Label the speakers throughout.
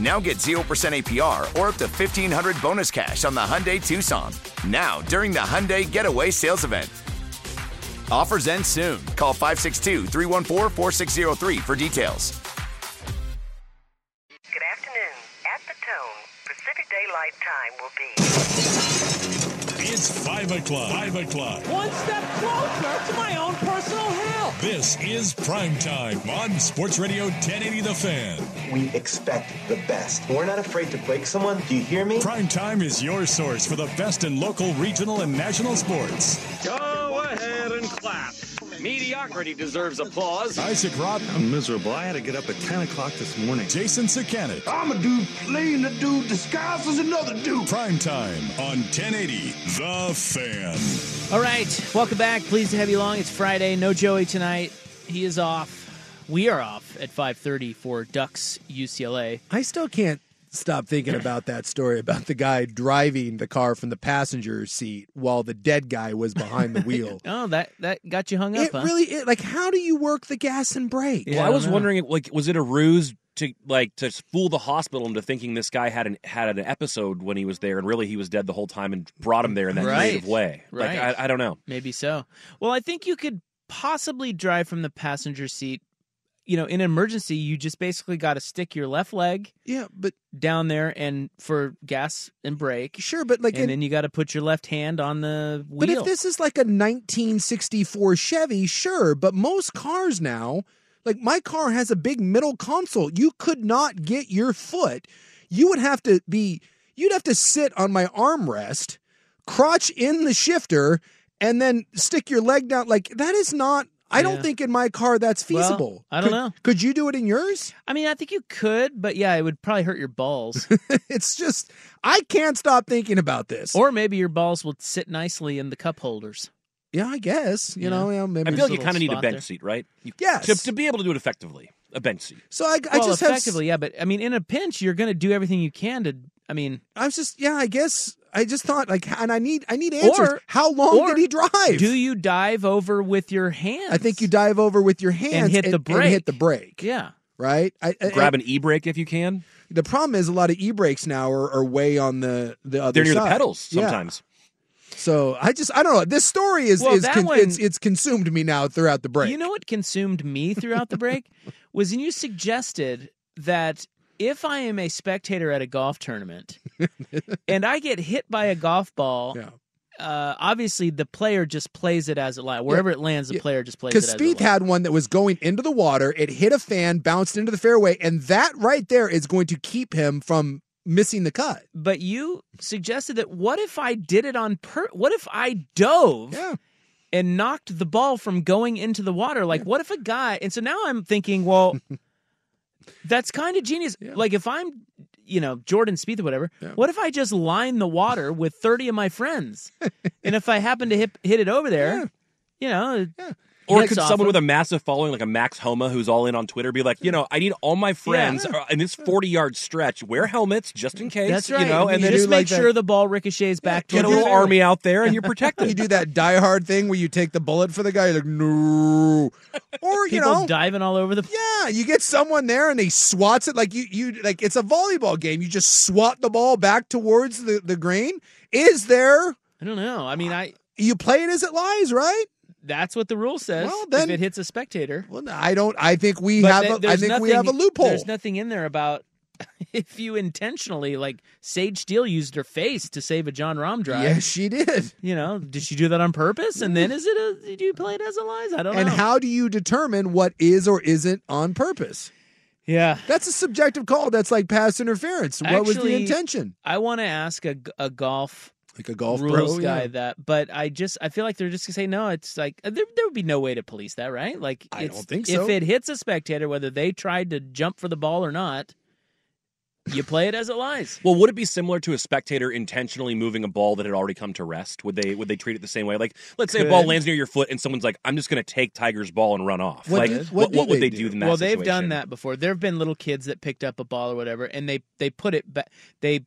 Speaker 1: Now get 0% APR or up to 1500 bonus cash on the Hyundai Tucson. Now, during the Hyundai Getaway Sales Event. Offers end soon. Call 562 314 4603 for details.
Speaker 2: Good afternoon. At the tone, Pacific Daylight Time will be.
Speaker 3: It's 5 o'clock. 5 o'clock.
Speaker 4: One step closer to my own personal hell.
Speaker 3: This is prime time on Sports Radio 1080 The Fan.
Speaker 5: We expect the best. We're not afraid to break someone. Do you hear me?
Speaker 3: Prime time is your source for the best in local, regional, and national sports.
Speaker 4: Go ahead and clap. Mediocrity deserves applause.
Speaker 3: Isaac Rob,
Speaker 6: I'm miserable. I had to get up at 10 o'clock this morning.
Speaker 3: Jason Sakanet.
Speaker 7: I'm a dude playing a dude disguised as another dude.
Speaker 3: Prime time on 1080 The Fan.
Speaker 8: All right, welcome back. Pleased to have you along. It's Friday. No Joey tonight. He is off. We are off at 5:30 for Ducks UCLA.
Speaker 9: I still can't stop thinking about that story about the guy driving the car from the passenger seat while the dead guy was behind the wheel.
Speaker 8: Oh, that that got you hung up.
Speaker 9: it
Speaker 8: huh?
Speaker 9: really it, like how do you work the gas and brake?
Speaker 8: Yeah,
Speaker 10: well, I
Speaker 8: don't
Speaker 10: was
Speaker 8: know.
Speaker 10: wondering, like, was it a ruse to like to fool the hospital into thinking this guy had an had an episode when he was there, and really he was dead the whole time, and brought him there in that
Speaker 8: Right.
Speaker 10: creative way? Like,
Speaker 8: Right.
Speaker 10: I, I don't know.
Speaker 8: Maybe so. Well, I think you could possibly drive from the passenger seat. You know, in an emergency, you just basically got to stick your left leg
Speaker 9: Yeah, but
Speaker 8: down there and for gas and brake,
Speaker 9: sure, but like
Speaker 8: and
Speaker 9: in-
Speaker 8: then you got to put your left hand on the wheel.
Speaker 9: But if this is like a 1964 Chevy, sure, but most cars now, like my car has a big middle console. You could not get your foot. You would have to be you'd have to sit on my armrest, crotch in the shifter, and then stick your leg down like that is not I
Speaker 8: Yeah.
Speaker 9: don't think in my car that's
Speaker 8: Well,
Speaker 9: feasible.
Speaker 8: I don't
Speaker 9: Could-
Speaker 8: know.
Speaker 9: Could you do it in yours?
Speaker 8: I mean, I think you could, but yeah, it would probably hurt your balls.
Speaker 9: It's just I can't stop thinking about this.
Speaker 8: Or maybe your balls will sit nicely in the cup holders.
Speaker 9: yeah, I guess you
Speaker 8: Yeah.
Speaker 9: know. yeah, maybe
Speaker 10: I feel like you
Speaker 8: little
Speaker 10: kind of need a
Speaker 8: spot
Speaker 10: bench
Speaker 8: there.
Speaker 10: seat, right? You,
Speaker 9: Yes.
Speaker 10: To, to be able to do it effectively, a bench seat.
Speaker 9: so. I, I
Speaker 8: well,
Speaker 9: just have s-
Speaker 8: effectively, yeah. But I mean, in a pinch, you're going to do everything you can to. I mean,
Speaker 9: I was just yeah, I guess I just thought like and I need I need answers.
Speaker 8: Or-
Speaker 9: How long
Speaker 8: or
Speaker 9: did he drive?
Speaker 8: do you dive over with your hands?
Speaker 9: I think you dive over with your hands
Speaker 8: hit
Speaker 9: and
Speaker 8: the
Speaker 9: hit
Speaker 8: brake.
Speaker 9: the brake.
Speaker 8: Yeah.
Speaker 9: Right? I, I-
Speaker 10: Grab
Speaker 9: I-
Speaker 10: an e brake if you can.
Speaker 9: the problem is a lot of e brakes now are, are way on the the other
Speaker 10: They're near
Speaker 9: side.
Speaker 10: the pedals
Speaker 9: Yeah.
Speaker 10: sometimes.
Speaker 9: So I just I don't know. This story is
Speaker 8: Well,
Speaker 9: is
Speaker 8: that
Speaker 9: con-
Speaker 8: one-
Speaker 9: it's it's consumed me now throughout the break.
Speaker 8: You know what consumed me throughout the break was when you suggested that if I am a spectator at a golf tournament and I get hit by a golf ball,
Speaker 9: Yeah.
Speaker 8: uh, obviously the player just plays it as it lies. Wherever it lands, the
Speaker 9: Yeah.
Speaker 8: player just plays it
Speaker 9: Because
Speaker 8: as it
Speaker 9: Spieth
Speaker 8: lies.
Speaker 9: had one that was going into the water, it hit a fan, bounced into the fairway, and that right there is going to keep him from missing the cut.
Speaker 8: But you suggested that what if I did it on per? What if I dove?
Speaker 9: Yeah.
Speaker 8: and knocked the ball from going into the water. Like, what if a guy? And so now I'm thinking, well, that's kind of genius. Like, if I'm, you know, Jordan Spieth or whatever, what if I just line the water with 30 of my friends? and if I happen to hit, hit it over there, you know,
Speaker 10: Or
Speaker 8: That's
Speaker 10: could
Speaker 8: awesome.
Speaker 10: someone with a massive following, like a Max Homa, who's all in on Twitter, be like, you know, I need all my friends
Speaker 8: Yeah.
Speaker 10: uh, in this forty-yard stretch wear helmets just in case.
Speaker 8: That's right.
Speaker 10: You know, and then
Speaker 8: just make sure the ball ricochets back
Speaker 10: get a
Speaker 8: towards
Speaker 10: little
Speaker 8: the fairway.
Speaker 10: army out there, and you're protected.
Speaker 9: You do that diehard thing where you take the bullet for the guy, you're like, no. Or, you
Speaker 8: People
Speaker 9: know,
Speaker 8: diving all over the
Speaker 9: yeah, you get someone there and they swats it like you, you like it's a volleyball game. You just swat the ball back towards the, the green. Is there,
Speaker 8: I don't know. I mean, I
Speaker 9: you play it as it lies, right?
Speaker 8: that's what the rule says.
Speaker 9: Well, then-
Speaker 8: if it hits a spectator,
Speaker 9: well, I don't, I think we
Speaker 8: But
Speaker 9: have,
Speaker 8: th-
Speaker 9: a, I
Speaker 8: there's
Speaker 9: think we have a
Speaker 8: nothing-
Speaker 9: loophole.
Speaker 8: There's nothing in there about if you intentionally, like Sage Steele used her face to save a John Rom drive.
Speaker 9: Yes, she did.
Speaker 8: You know, did she do that on purpose? And then is it a, did you play it as a lies? I don't
Speaker 9: and
Speaker 8: know.
Speaker 9: how do you determine what is or isn't on purpose?
Speaker 8: yeah.
Speaker 9: That's a subjective call. That's like pass interference. what was the
Speaker 8: Actually,
Speaker 9: intention?
Speaker 8: I want to ask a, a golf
Speaker 9: Like a golf
Speaker 8: rules
Speaker 9: pro, Oh,
Speaker 8: guy
Speaker 9: yeah.
Speaker 8: that, but I just I feel like they're just gonna say no. It's like uh, there there would be no way to police that, right? Like
Speaker 9: I
Speaker 8: it's-
Speaker 9: don't think
Speaker 8: If
Speaker 9: so.
Speaker 8: it hits a spectator, whether they tried to jump for the ball or not, you play it as it lies.
Speaker 10: Well, would it be similar to a spectator intentionally moving a ball that had already come to rest? Would they would they treat it the same way? Like, let's say a ball
Speaker 8: Could.
Speaker 10: lands near your foot, and someone's like, "I'm just going to take Tiger's ball and run off."
Speaker 9: What
Speaker 10: like,
Speaker 9: do-
Speaker 10: what,
Speaker 9: what do
Speaker 10: what would they
Speaker 9: they do?
Speaker 10: do in that
Speaker 8: Well, they've done
Speaker 10: situation?
Speaker 8: that before. There have been little kids that picked up a ball or whatever, and they they put it back. They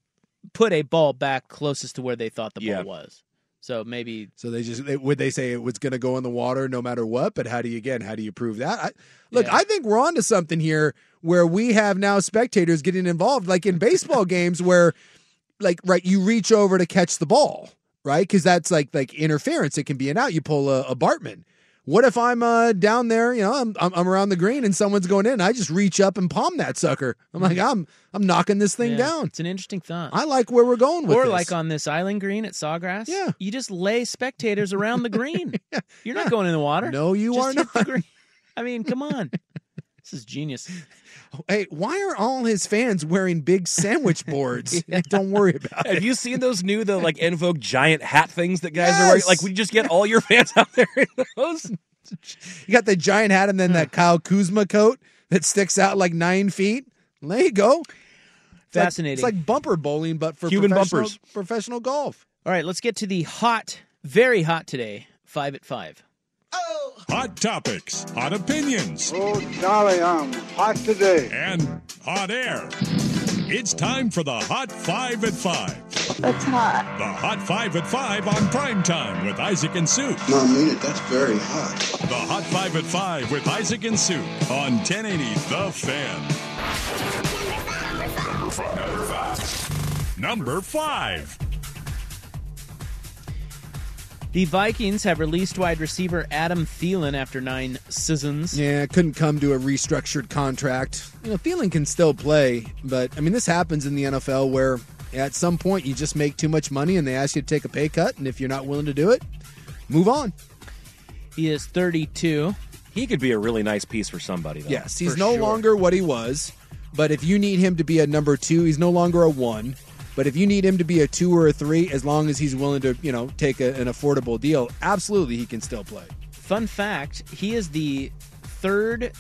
Speaker 8: put a ball back closest to where they thought the
Speaker 10: Yeah.
Speaker 8: ball was. So maybe
Speaker 9: So they just they, would they say it was going to go in the water no matter what? But how do you again? How do you prove that? I, look,
Speaker 8: Yeah.
Speaker 9: I think we're onto something here where we have now spectators getting involved, like in baseball games where, like, right, you reach over to catch the ball, right? Because that's like like interference. It can be an out. You pull a, a Bartman. What if I'm uh, down there? You know, I'm, I'm I'm around the green and someone's going in. I just reach up and palm that sucker. I'm like, I'm I'm knocking this thing
Speaker 8: Mm-hmm. Yeah,
Speaker 9: down.
Speaker 8: It's an interesting thought.
Speaker 9: I like where we're going with
Speaker 8: or
Speaker 9: this.
Speaker 8: like on this island green at Sawgrass.
Speaker 9: Yeah.
Speaker 8: you just lay spectators around the green. You're not going in the water.
Speaker 9: No, you
Speaker 8: Just
Speaker 9: are
Speaker 8: hit the
Speaker 9: not.
Speaker 8: green. I mean, come on. This is genius.
Speaker 9: Hey, why are all his fans wearing big sandwich boards? Don't worry about it.
Speaker 10: Have you seen those new the like En Vogue giant hat things that guys are wearing?
Speaker 9: Yes.
Speaker 10: Like, we just get all your fans out there in those.
Speaker 9: You got the giant hat and then that Kyle Kuzma coat that sticks out like nine feet. There you go. It's like-
Speaker 8: Fascinating.
Speaker 9: it's like bumper bowling, but for
Speaker 10: Cuban
Speaker 9: professional,
Speaker 10: bumpers.
Speaker 9: professional golf.
Speaker 8: All right, let's get to the hot, very hot today. Five at five.
Speaker 3: Hot topics, hot opinions,
Speaker 7: Oh, golly, I'm hot today.
Speaker 3: and hot air. It's time for the Hot Five at Five.
Speaker 11: That's hot.
Speaker 3: The Hot Five at Five on prime time with Isaac and Sue.
Speaker 7: No, I mean it. That's very hot.
Speaker 3: The Hot Five at Five with Isaac and Sue on 1080 The Fan. Number five.
Speaker 8: The Vikings have released wide receiver Adam Thielen after nine seasons.
Speaker 9: Yeah, couldn't come to a restructured contract. You know, Thielen can still play, but I mean, this happens in the NFL where at some point you just make too much money and they ask you to take a pay cut, and if you're not willing to do it, move on.
Speaker 8: He is 32.
Speaker 10: He could be a really nice piece for somebody. Though.
Speaker 9: Yes, he's
Speaker 8: For
Speaker 9: no
Speaker 8: sure.
Speaker 9: longer what he was. But if you need him to be a number two, he's no longer a one. But if you need him to be a two or a three, as long as he's willing to, you know, take a, an affordable deal, absolutely he can still play.
Speaker 8: Fun fact: He is the third.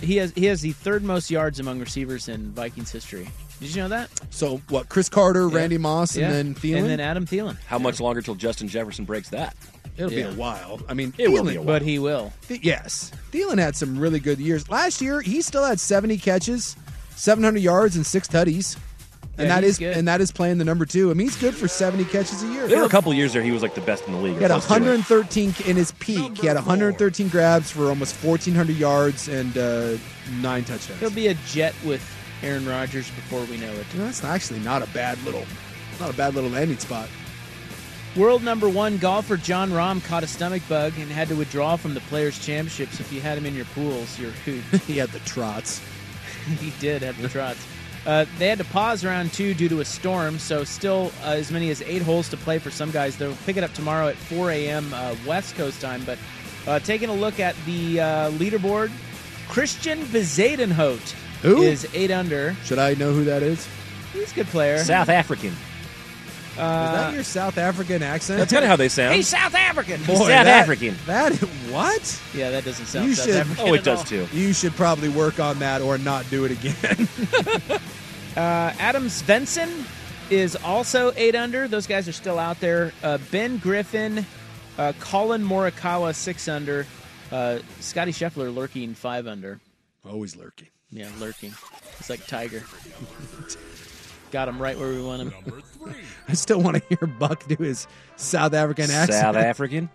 Speaker 8: He has he has the third most yards among receivers in Vikings history. Did you know that?
Speaker 9: So what? Chris Carter,
Speaker 8: Yeah.
Speaker 9: Randy Moss,
Speaker 8: Yeah.
Speaker 9: and then Thielen.
Speaker 8: and then Adam Thielen.
Speaker 10: How much longer till Justin Jefferson breaks that?
Speaker 9: It'll
Speaker 8: yeah.
Speaker 9: be a while. I mean,
Speaker 10: It will be a
Speaker 9: Thielen-
Speaker 8: But he will.
Speaker 9: Th- yes, Thielen had some really good years last year. He still had seventy catches, seven hundred yards, and six tutties. And
Speaker 8: Yeah,
Speaker 9: that
Speaker 8: he's
Speaker 9: is
Speaker 8: good.
Speaker 9: and that is playing the number two. I mean, he's good for seventy catches a year.
Speaker 10: There were a couple years there he was like the best in the league. or
Speaker 9: He had
Speaker 10: close to it.
Speaker 9: 113 in his peak. He had 113 grabs for almost 1,400 yards and uh, nine touchdowns.
Speaker 8: He'll be a Jet with Aaron Rodgers before we know it.
Speaker 9: You know, that's actually not a bad little, not a bad little landing spot.
Speaker 8: World number one golfer John Rahm caught a stomach bug and had to withdraw from the Players Championships. If you had him in your pools, you're hoot.
Speaker 9: he had the trots.
Speaker 8: he did have the trots. Uh, they had to pause round two due to a storm, so still uh, as many as eight holes to play for some guys. They'll pick it up tomorrow at 4 a.m. Uh, West Coast time. But uh, taking a look at the uh, leaderboard, Christian Bezadenhout
Speaker 9: Who?
Speaker 8: is eight under.
Speaker 9: Should I know who that is? Is
Speaker 8: He's a good player.
Speaker 10: South African.
Speaker 8: Uh,
Speaker 9: that your South African accent?
Speaker 10: That's kind of how they sound.
Speaker 8: he's South African.
Speaker 9: Boy,
Speaker 10: South
Speaker 9: that-
Speaker 10: African.
Speaker 9: That what?
Speaker 8: Yeah, that doesn't sound
Speaker 9: You
Speaker 8: South
Speaker 9: should-
Speaker 8: African.
Speaker 10: oh,
Speaker 8: at
Speaker 10: it does
Speaker 8: all.
Speaker 10: too.
Speaker 9: You should probably work on that or not do it again.
Speaker 8: Uh, Adam Svensson is also eight under. Those guys are still out there. Uh, ben Griffin, uh, Colin Morikawa six under, Uh, Scotty Scheffler lurking five under.
Speaker 9: Always lurking.
Speaker 8: Yeah, lurking. It's like Tiger. Got him right where we want him.
Speaker 9: I still want to hear Buck do his South African accent.
Speaker 10: South African.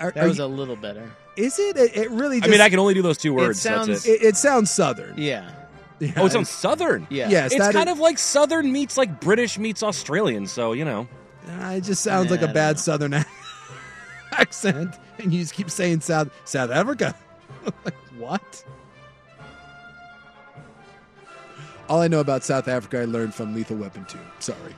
Speaker 9: Are-
Speaker 8: that
Speaker 9: are
Speaker 8: was
Speaker 9: you-
Speaker 8: a little better.
Speaker 9: Is it? It, it really.
Speaker 10: I
Speaker 9: Just,
Speaker 10: mean, I can only do those two words.
Speaker 8: sounds-
Speaker 10: that's it.
Speaker 9: It, it sounds southern.
Speaker 8: Yeah.
Speaker 9: Yeah,
Speaker 10: Oh, it sounds southern.
Speaker 8: Yeah.
Speaker 9: Yes,
Speaker 10: it's
Speaker 9: that
Speaker 10: kind
Speaker 9: is-
Speaker 10: of like southern meets like British meets Australian. So you know,
Speaker 9: Uh, it just sounds
Speaker 8: Nah,
Speaker 9: like
Speaker 8: I
Speaker 9: a
Speaker 8: don't
Speaker 9: bad
Speaker 8: know.
Speaker 9: southern ac- accent, and you just keep saying South South Africa. like what? All I know about South Africa, I learned from Lethal Weapon 2. Sorry.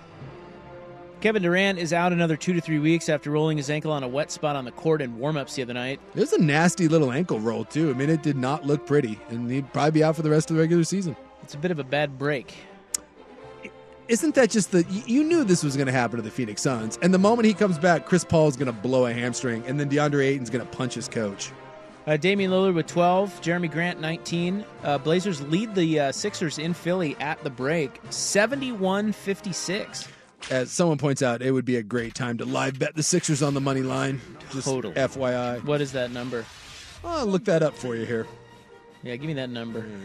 Speaker 8: Kevin Durant is out another two to three weeks after rolling his ankle on a wet spot on the court in warm-ups the other night.
Speaker 9: It was a nasty little ankle roll too. I mean, it did not look pretty, and he'd probably be out for the rest of the regular season.
Speaker 8: It's a bit of a bad break.
Speaker 9: Isn't that just the? you- You knew this was going to happen to the Phoenix Suns, and the moment he comes back, Chris Paul's going to blow a hamstring, and then DeAndre Ayton's going to punch his coach.
Speaker 8: Uh, Damian Lillard with 12, Jeremy Grant 19. Uh, Blazers lead the uh, Sixers in Philly at the break, 71-56.
Speaker 9: As someone points out, it would be a great time to live bet the Sixers on the money line. Just
Speaker 8: Totally.
Speaker 9: FYI,
Speaker 8: What is that number?
Speaker 9: I'll look that up for you here.
Speaker 8: Yeah, give me that number.
Speaker 9: Mm.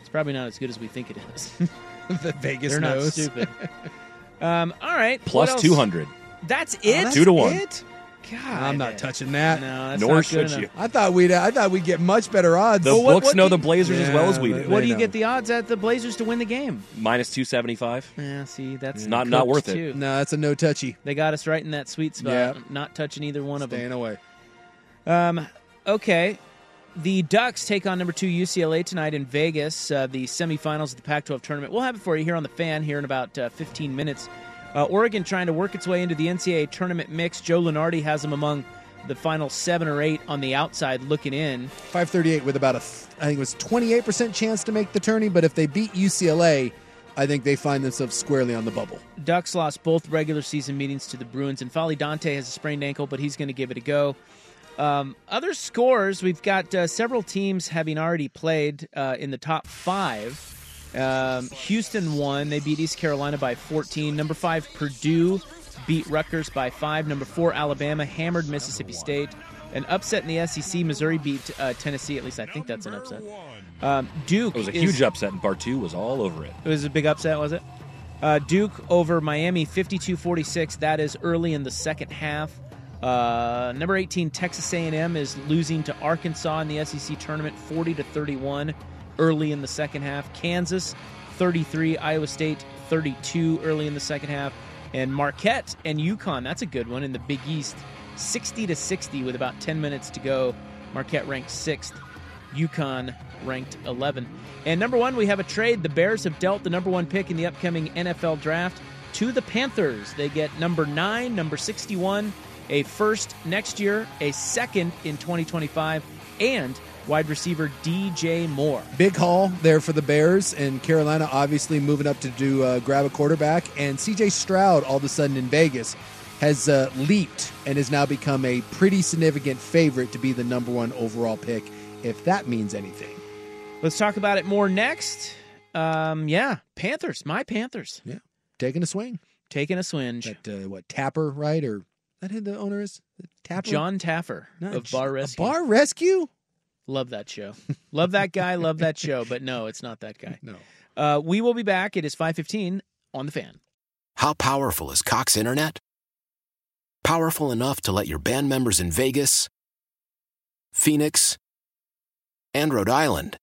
Speaker 8: It's probably not as good as we think it is.
Speaker 9: the Vegas
Speaker 8: They're not
Speaker 9: knows.
Speaker 8: stupid. um, all right. what
Speaker 10: plus
Speaker 8: else?
Speaker 10: two hundred.
Speaker 8: That's it.
Speaker 9: Oh, that's
Speaker 10: Two to one.
Speaker 9: it?
Speaker 8: God,
Speaker 9: I'm not touching that.
Speaker 8: No, that's
Speaker 10: Nor
Speaker 8: not good
Speaker 10: should
Speaker 8: enough.
Speaker 10: you.
Speaker 9: I thought we'd. I thought we'd get much better odds.
Speaker 10: The
Speaker 8: what-
Speaker 10: books
Speaker 8: what
Speaker 10: know
Speaker 8: do
Speaker 10: the
Speaker 8: you-
Speaker 10: Blazers as well as
Speaker 9: Yeah,
Speaker 10: we
Speaker 9: but-
Speaker 10: do.
Speaker 8: What
Speaker 9: They
Speaker 8: do you
Speaker 9: know.
Speaker 8: get the odds at the Blazers to win the game?
Speaker 10: Minus two seventy five.
Speaker 8: Yeah, see, that's
Speaker 10: Not- not
Speaker 8: cooked,
Speaker 10: worth it.
Speaker 8: too.
Speaker 9: No, that's a no touchy.
Speaker 8: They got us right in that sweet spot.
Speaker 9: Yeah.
Speaker 8: Not touching either one of them.
Speaker 9: Staying away.
Speaker 8: Um, okay. The Ducks take on number two UCLA tonight in Vegas, uh, the semifinals of the Pac 12 tournament. We'll have it for you here on the fan here in about uh, 15 minutes. Uh, Oregon trying to work its way into the NCAA tournament mix. Joe Lenardi has them among the final seven or eight on the outside looking in.
Speaker 9: 538 with about a, th- I think it was 28% chance to make the tourney, but if they beat UCLA, I think they find themselves squarely on the bubble.
Speaker 8: Ducks lost both regular season meetings to the Bruins, and Folly Dante has a sprained ankle, but he's going to give it a go. Um, other scores, we've got uh, several teams having already played uh, in the top five. Um, Houston won. They beat East Carolina by 14. Number five, Purdue beat Rutgers by five. Number four, Alabama hammered Mississippi State. An upset in the SEC. Missouri beat uh, Tennessee. At least I think that's an upset. Um, Duke
Speaker 10: It was a
Speaker 8: is-
Speaker 10: huge upset, and Bartu was all over it.
Speaker 8: it was a big upset, was it? Uh, Duke over Miami, 52 46. That is early in the second half. Uh, number 18, Texas A&M is losing to Arkansas in the SEC tournament, 40 to 31, early in the second half. Kansas, 33. Iowa State, 32, early in the second half. And Marquette and UConn, that's a good one in the Big East, 60 to 60 with about 10 minutes to go. Marquette ranked sixth. UConn ranked 11. And number one, we have a trade. The Bears have dealt the number one pick in the upcoming NFL draft to the Panthers. They get number nine, number 61, a first next year, a second in 2025, and wide receiver DJ Moore.
Speaker 9: Big haul there for the Bears, and Carolina obviously moving up to do uh, grab a quarterback, and CJ Stroud all of a sudden in Vegas has uh, leaped and has now become a pretty significant favorite to be the number one overall pick, if that means anything.
Speaker 8: Let's talk about it more next. Um, yeah, Panthers, my Panthers,
Speaker 9: Yeah, taking a swing.
Speaker 8: taking a swinge.
Speaker 9: That uh, what Tapper, right? Or that who the owner is Tapper.
Speaker 8: John Taffer
Speaker 9: Not
Speaker 8: of
Speaker 9: J-
Speaker 8: Bar
Speaker 9: a
Speaker 8: Rescue.
Speaker 9: Bar Rescue.
Speaker 8: Love that show. Love that guy. Love that show. But no, it's not that guy.
Speaker 9: No.
Speaker 8: Uh, we will be back. It is 5:15 on the fan.
Speaker 11: How powerful is Cox Internet? Powerful enough to let your band members in Vegas, Phoenix, and Rhode Island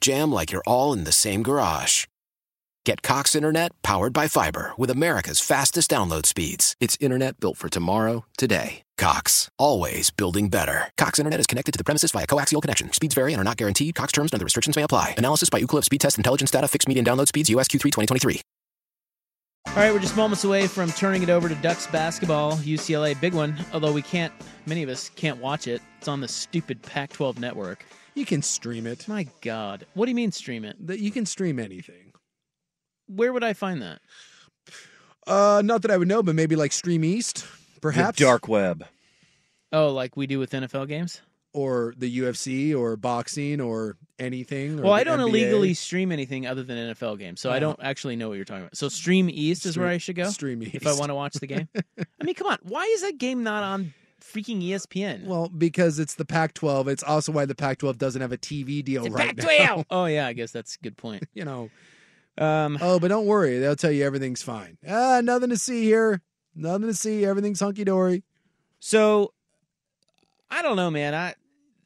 Speaker 11: jam like you're all in the same garage. Get Cox Internet powered by fiber with America's fastest download speeds. It's internet built for tomorrow, today. Cox, always building better. Cox Internet is connected to the premises via coaxial connection. Speeds vary and are not guaranteed. Cox terms and other restrictions may apply. Analysis by Ookla of speed test intelligence data. Fixed median download speeds. USQ3 2023.
Speaker 8: All right, we're just moments away from turning it over to Ducks basketball. UCLA, big one. Although we can't, many of us can't watch it. It's on the stupid Pac-12 network.
Speaker 9: You can stream it.
Speaker 8: My God, what do you mean stream it?
Speaker 9: That you can stream anything.
Speaker 8: Where would I find that?
Speaker 9: Uh, not that I would know, but maybe like Stream East, perhaps,
Speaker 10: The dark web.
Speaker 8: Oh, like we do with NFL games.
Speaker 9: or the UFC, or boxing, or anything. or
Speaker 8: Well,
Speaker 9: the
Speaker 8: I don't
Speaker 9: NBA.
Speaker 8: illegally stream anything other than NFL games, so I don't actually know what you're talking about. So Stream East is where
Speaker 9: Uh-huh. Stream-
Speaker 8: I should go
Speaker 9: Stream
Speaker 8: if I
Speaker 9: East.
Speaker 8: want to watch the game. I mean, come on, why is that game not on freaking E ESPN.
Speaker 9: Well, because it's the Pac-12. It's also why the Pac-12 doesn't have a TV deal
Speaker 8: It's a
Speaker 9: right
Speaker 8: Pac-12.
Speaker 9: now.
Speaker 8: oh yeah, I guess that's a good point.
Speaker 9: you know.
Speaker 8: Um,
Speaker 9: oh, but don't worry. They'll tell you everything's fine. Ah, nothing to see here. Nothing to see. Everything's hunky dory.
Speaker 8: So I don't know, man. I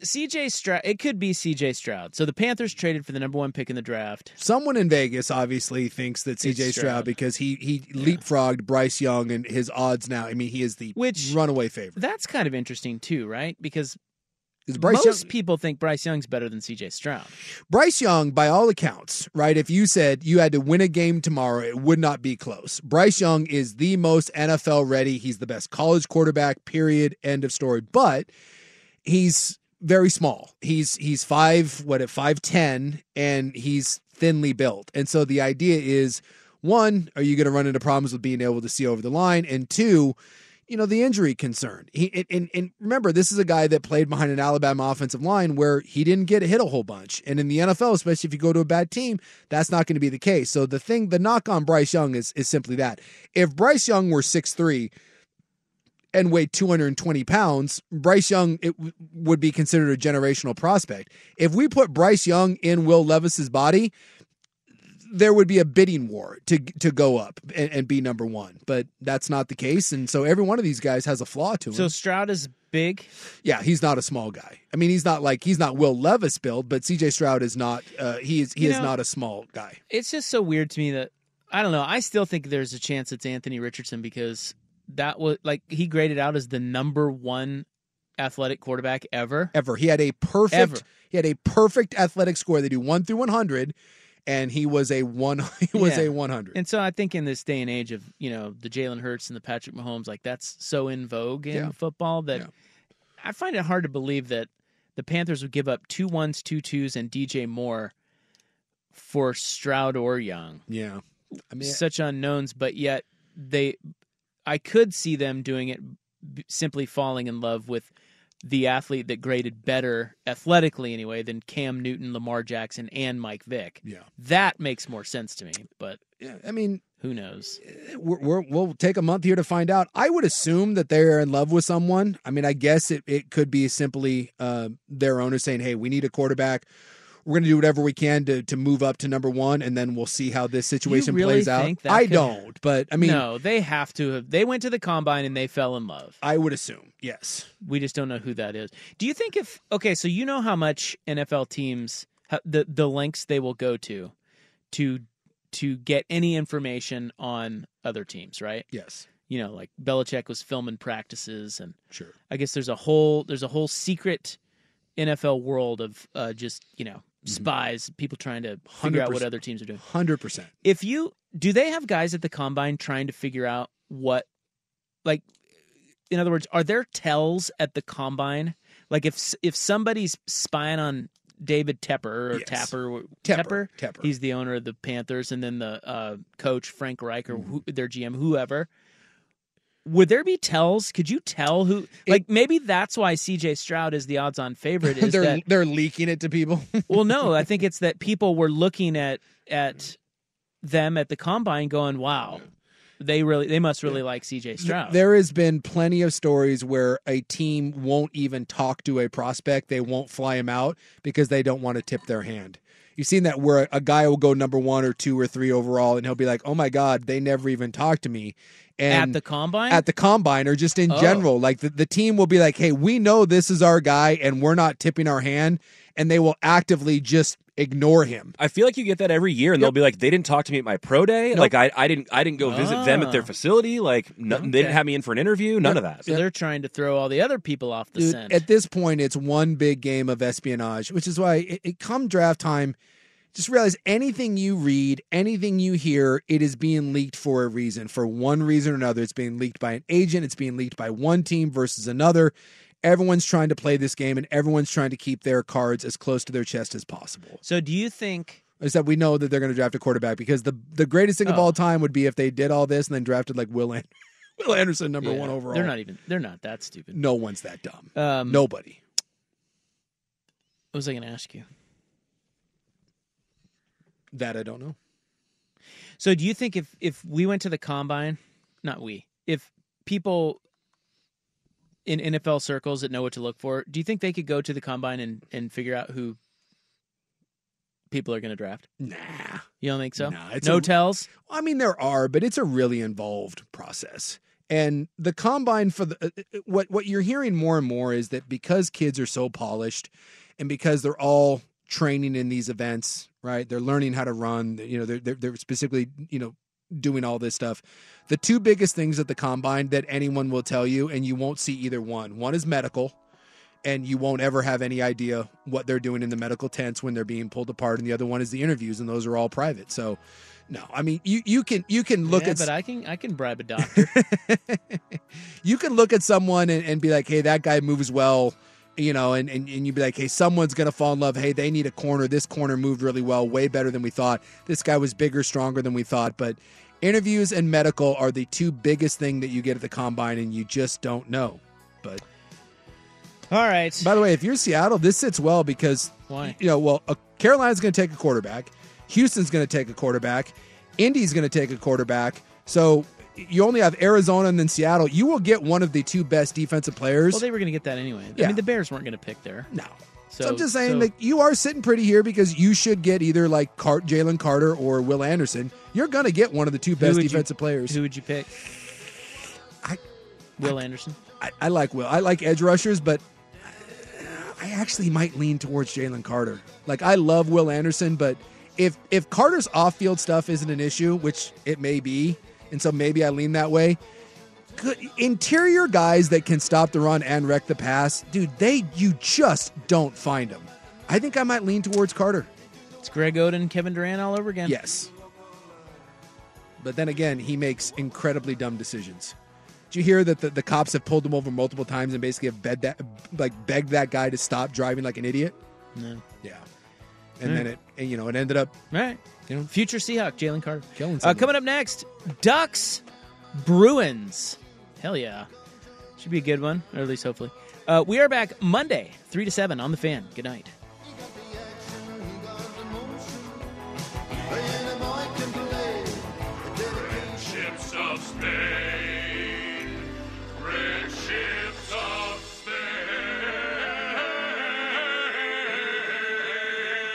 Speaker 8: CJ Stroud. It could be CJ Stroud. So the Panthers traded for the number one pick in the draft.
Speaker 9: Someone in Vegas obviously thinks that CJ Stroud,
Speaker 8: It's Stroud.
Speaker 9: because he he leapfrogged Bryce Young and his odds now. I mean, he is the
Speaker 8: Which-
Speaker 9: runaway favorite.
Speaker 8: That's kind of interesting too, right? Because
Speaker 9: Is Bryce
Speaker 8: most
Speaker 9: Young-
Speaker 8: people think Bryce Young's better than CJ Stroud.
Speaker 9: Bryce Young, by all accounts, right? If you said you had to win a game tomorrow, it would not be close. Bryce Young is the most NFL ready. He's the best college quarterback, period. End of story. But he's very small. He's he's five, what at five ten, and he's thinly built. And so the idea is one, are you gonna run into problems with being able to see over the line? And two, you know the injury concern. He and, and, and remember, this is a guy that played behind an Alabama offensive line where he didn't get hit a whole bunch. And in the NFL, especially if you go to a bad team, that's not going to be the case. So the thing, the knock on Bryce Young is is simply that. If Bryce Young were six three and weighed 220 pounds, Bryce Young it w- would be considered a generational prospect. If we put Bryce Young in Will Levis's body, there would be a bidding war to to go up and, and be number one, but that's not the case. And so every one of these guys has a flaw to him.
Speaker 8: So Stroud is big.
Speaker 9: yeah, he's not a small guy. I mean, he's not like he's not Will Levis build, but C.J. Stroud is not. Uh, he is he
Speaker 8: You
Speaker 9: is
Speaker 8: know-
Speaker 9: not a small guy.
Speaker 8: It's just so weird to me that I don't know. I still think there's a chance it's Anthony Richardson because that was like he graded out as the number one athletic quarterback ever.
Speaker 9: ever. He had a perfect
Speaker 8: Ever.
Speaker 9: he had a perfect athletic score. They do one through one hundred, and he was a one he was
Speaker 8: Yeah.
Speaker 9: a one hundred.
Speaker 8: And so I think in this day and age of you know the Jalen Hurts and the Patrick Mahomes, like that's so in vogue in
Speaker 9: Yeah.
Speaker 8: football that
Speaker 9: Yeah.
Speaker 8: I find it hard to believe that the Panthers would give up two ones, two twos, and DJ Moore for Stroud or Young,
Speaker 9: Yeah, I mean,
Speaker 8: such unknowns. But yet they, I could see them doing it b- simply falling in love with the athlete that graded better athletically anyway than Cam Newton, Lamar Jackson, and Mike Vick.
Speaker 9: Yeah.
Speaker 8: That makes more sense to me, but
Speaker 9: yeah, I mean,
Speaker 8: who knows?
Speaker 9: we're, we're, we'll take a month here to find out. I would assume that they're in love with someone. I mean, I guess it, it could be simply uh, their owner saying, "Hey, we need a quarterback. We're going to do whatever we can to to move up to number one, and then we'll see how this situation
Speaker 8: really
Speaker 9: plays
Speaker 8: think
Speaker 9: out."
Speaker 8: that
Speaker 9: I
Speaker 8: could-
Speaker 9: don't, but I mean,
Speaker 8: no, they have to have. They went to the combine and they fell in love.
Speaker 9: I would assume yes.
Speaker 8: We just don't know who that is. Do you think if okay, so you know how much NFL teams how, the the lengths they will go to to to get any information on other teams, right?
Speaker 9: Yes,
Speaker 8: You know, like Belichick was filming practices, and
Speaker 9: sure.
Speaker 8: I guess there's a whole there's a whole secret NFL world of uh, just you know spies, people trying to figure out what
Speaker 9: 100%.
Speaker 8: other teams are doing.
Speaker 9: Hundred percent.
Speaker 8: if you do they have guys at the combine trying to figure out what like in other words are there tells at the combine like if s- if somebody's spying on David Tepper or
Speaker 9: Yes.
Speaker 8: Tapper
Speaker 9: Tepper, Tepper.
Speaker 8: he's the owner of the Panthers and then the uh, coach Frank Reich or
Speaker 9: Mm-hmm.
Speaker 8: who, their GM whoever would there be tells could you tell who like maybe that's why CJ Stroud is the odds on favorite is
Speaker 9: they're
Speaker 8: that
Speaker 9: they're leaking it to people.
Speaker 8: well, no, I think it's that people were looking at at them at the combine, going, "Wow, they really, they must really like CJ Stroud."
Speaker 9: There has been plenty of stories where a team won't even talk to a prospect. They won't fly him out because they don't want to tip their hand. You've seen that where a guy will go number one or two or three overall, and he'll be like, "Oh my god, they never even talked to me." And
Speaker 8: at the combine,
Speaker 9: at the combine or just in
Speaker 8: Oh.
Speaker 9: general, like the, the team will be like, "Hey, we know this is our guy, and we're not tipping our hand," and they will actively just ignore him.
Speaker 10: I feel like you get that every year, and they'll be like, "They didn't talk to me at my pro day. Like, I, I didn't, I didn't go visit them at their
Speaker 8: Ah.
Speaker 10: facility. Like, no, they
Speaker 8: Okay.
Speaker 10: didn't have me in for an interview. None of that.
Speaker 8: so they're trying to throw all the other people off the
Speaker 9: Dude,
Speaker 8: scent.
Speaker 9: at this point, it's one big game of espionage, which is why it, it come draft time. Just realize anything you read, anything you hear, it is being leaked for a reason. For one reason or another, it's being leaked by an agent. It's being leaked by one team versus another. Everyone's trying to play this game, and everyone's trying to keep their cards as close to their chest as possible.
Speaker 8: so, do you think?
Speaker 9: Is that we know that they're going to draft a quarterback because the the greatest thing of
Speaker 8: Oh.
Speaker 9: all time would be if they did all this and then drafted like Will An- Will Anderson number
Speaker 8: Yeah,
Speaker 9: one overall.
Speaker 8: They're not even. They're not that stupid.
Speaker 9: No one's that dumb.
Speaker 8: Um,
Speaker 9: Nobody.
Speaker 8: What was I going to ask you?
Speaker 9: That I don't know.
Speaker 8: So, do you think if if we went to the combine, not we, if people, in NFL circles that know what to look for, do you think they could go to the combine and, and figure out who people are going to draft?
Speaker 9: Nah.
Speaker 8: You don't think so?
Speaker 9: Nah,
Speaker 8: no
Speaker 9: a-
Speaker 8: tells?
Speaker 9: I mean, there are, but it's a really involved process. And the combine for the uh, what what you're hearing more and more is that because kids are so polished, and because they're all training in these events, right? They're learning how to run. You know, they're they're, they're specifically you know doing all this stuff. The two biggest things at the combine that anyone will tell you, and you won't see either one. One is medical, and you won't ever have any idea what they're doing in the medical tents when they're being pulled apart. And the other one is the interviews, and those are all private. So, no, I mean you you can you can look
Speaker 8: yeah,
Speaker 9: at
Speaker 8: but I can I can bribe a doctor.
Speaker 9: you can look at someone and, and be like, hey, that guy moves well, you know, and, and, and you'd be like, hey, someone's going to fall in love. Hey, they need a corner. This corner moved really well, way better than we thought. This guy was bigger, stronger than we thought. But interviews and medical are the two biggest thing that you get at the combine, and you just don't know. But
Speaker 8: all right.
Speaker 9: By the way, if you're Seattle, this sits well because
Speaker 8: Why?
Speaker 9: you know, well, uh, Carolina's going to take a quarterback, Houston's going to take a quarterback, Indy's going to take a quarterback. So you only have Arizona and then Seattle. You will get one of the two best defensive players.
Speaker 8: well, they were going to get that anyway. I
Speaker 9: Yeah.
Speaker 8: mean, the Bears weren't going to pick there.
Speaker 9: No.
Speaker 8: So,
Speaker 9: so I'm just saying,
Speaker 8: so-
Speaker 9: like, you are sitting pretty here because you should get either like Car- Jalen Carter or Will Anderson. You're going to get one of the two best
Speaker 8: would you-
Speaker 9: defensive players.
Speaker 8: Who would you pick?
Speaker 9: I-
Speaker 8: Will Anderson.
Speaker 9: I, I like Will. I like edge rushers, but I actually might lean towards Jalen Carter. Like I love Will Anderson, but if if Carter's off field stuff isn't an issue, which it may be, and so maybe I lean that way. Good interior guys that can stop the run and wreck the pass, dude. They you just don't find them. I think I might lean towards Carter.
Speaker 8: It's Greg Oden, Kevin Durant all over again.
Speaker 9: Yes. But then again, he makes incredibly dumb decisions. Did you hear that the, the cops have pulled him over multiple times and basically have begged that, like begged that guy to stop driving like an idiot?
Speaker 8: No.
Speaker 9: Yeah. And then it, and, you know, it ended up
Speaker 8: All right. Future Seahawk, Jalen Carter.
Speaker 9: killing
Speaker 8: Uh,
Speaker 9: someone.
Speaker 8: coming up next, Ducks, Bruins. Hell yeah. Should be a good one, or at least hopefully. Uh, we are back Monday, 3 to 7 on The Fan. Good night.
Speaker 12: Ships of Spain, red ships of Spain.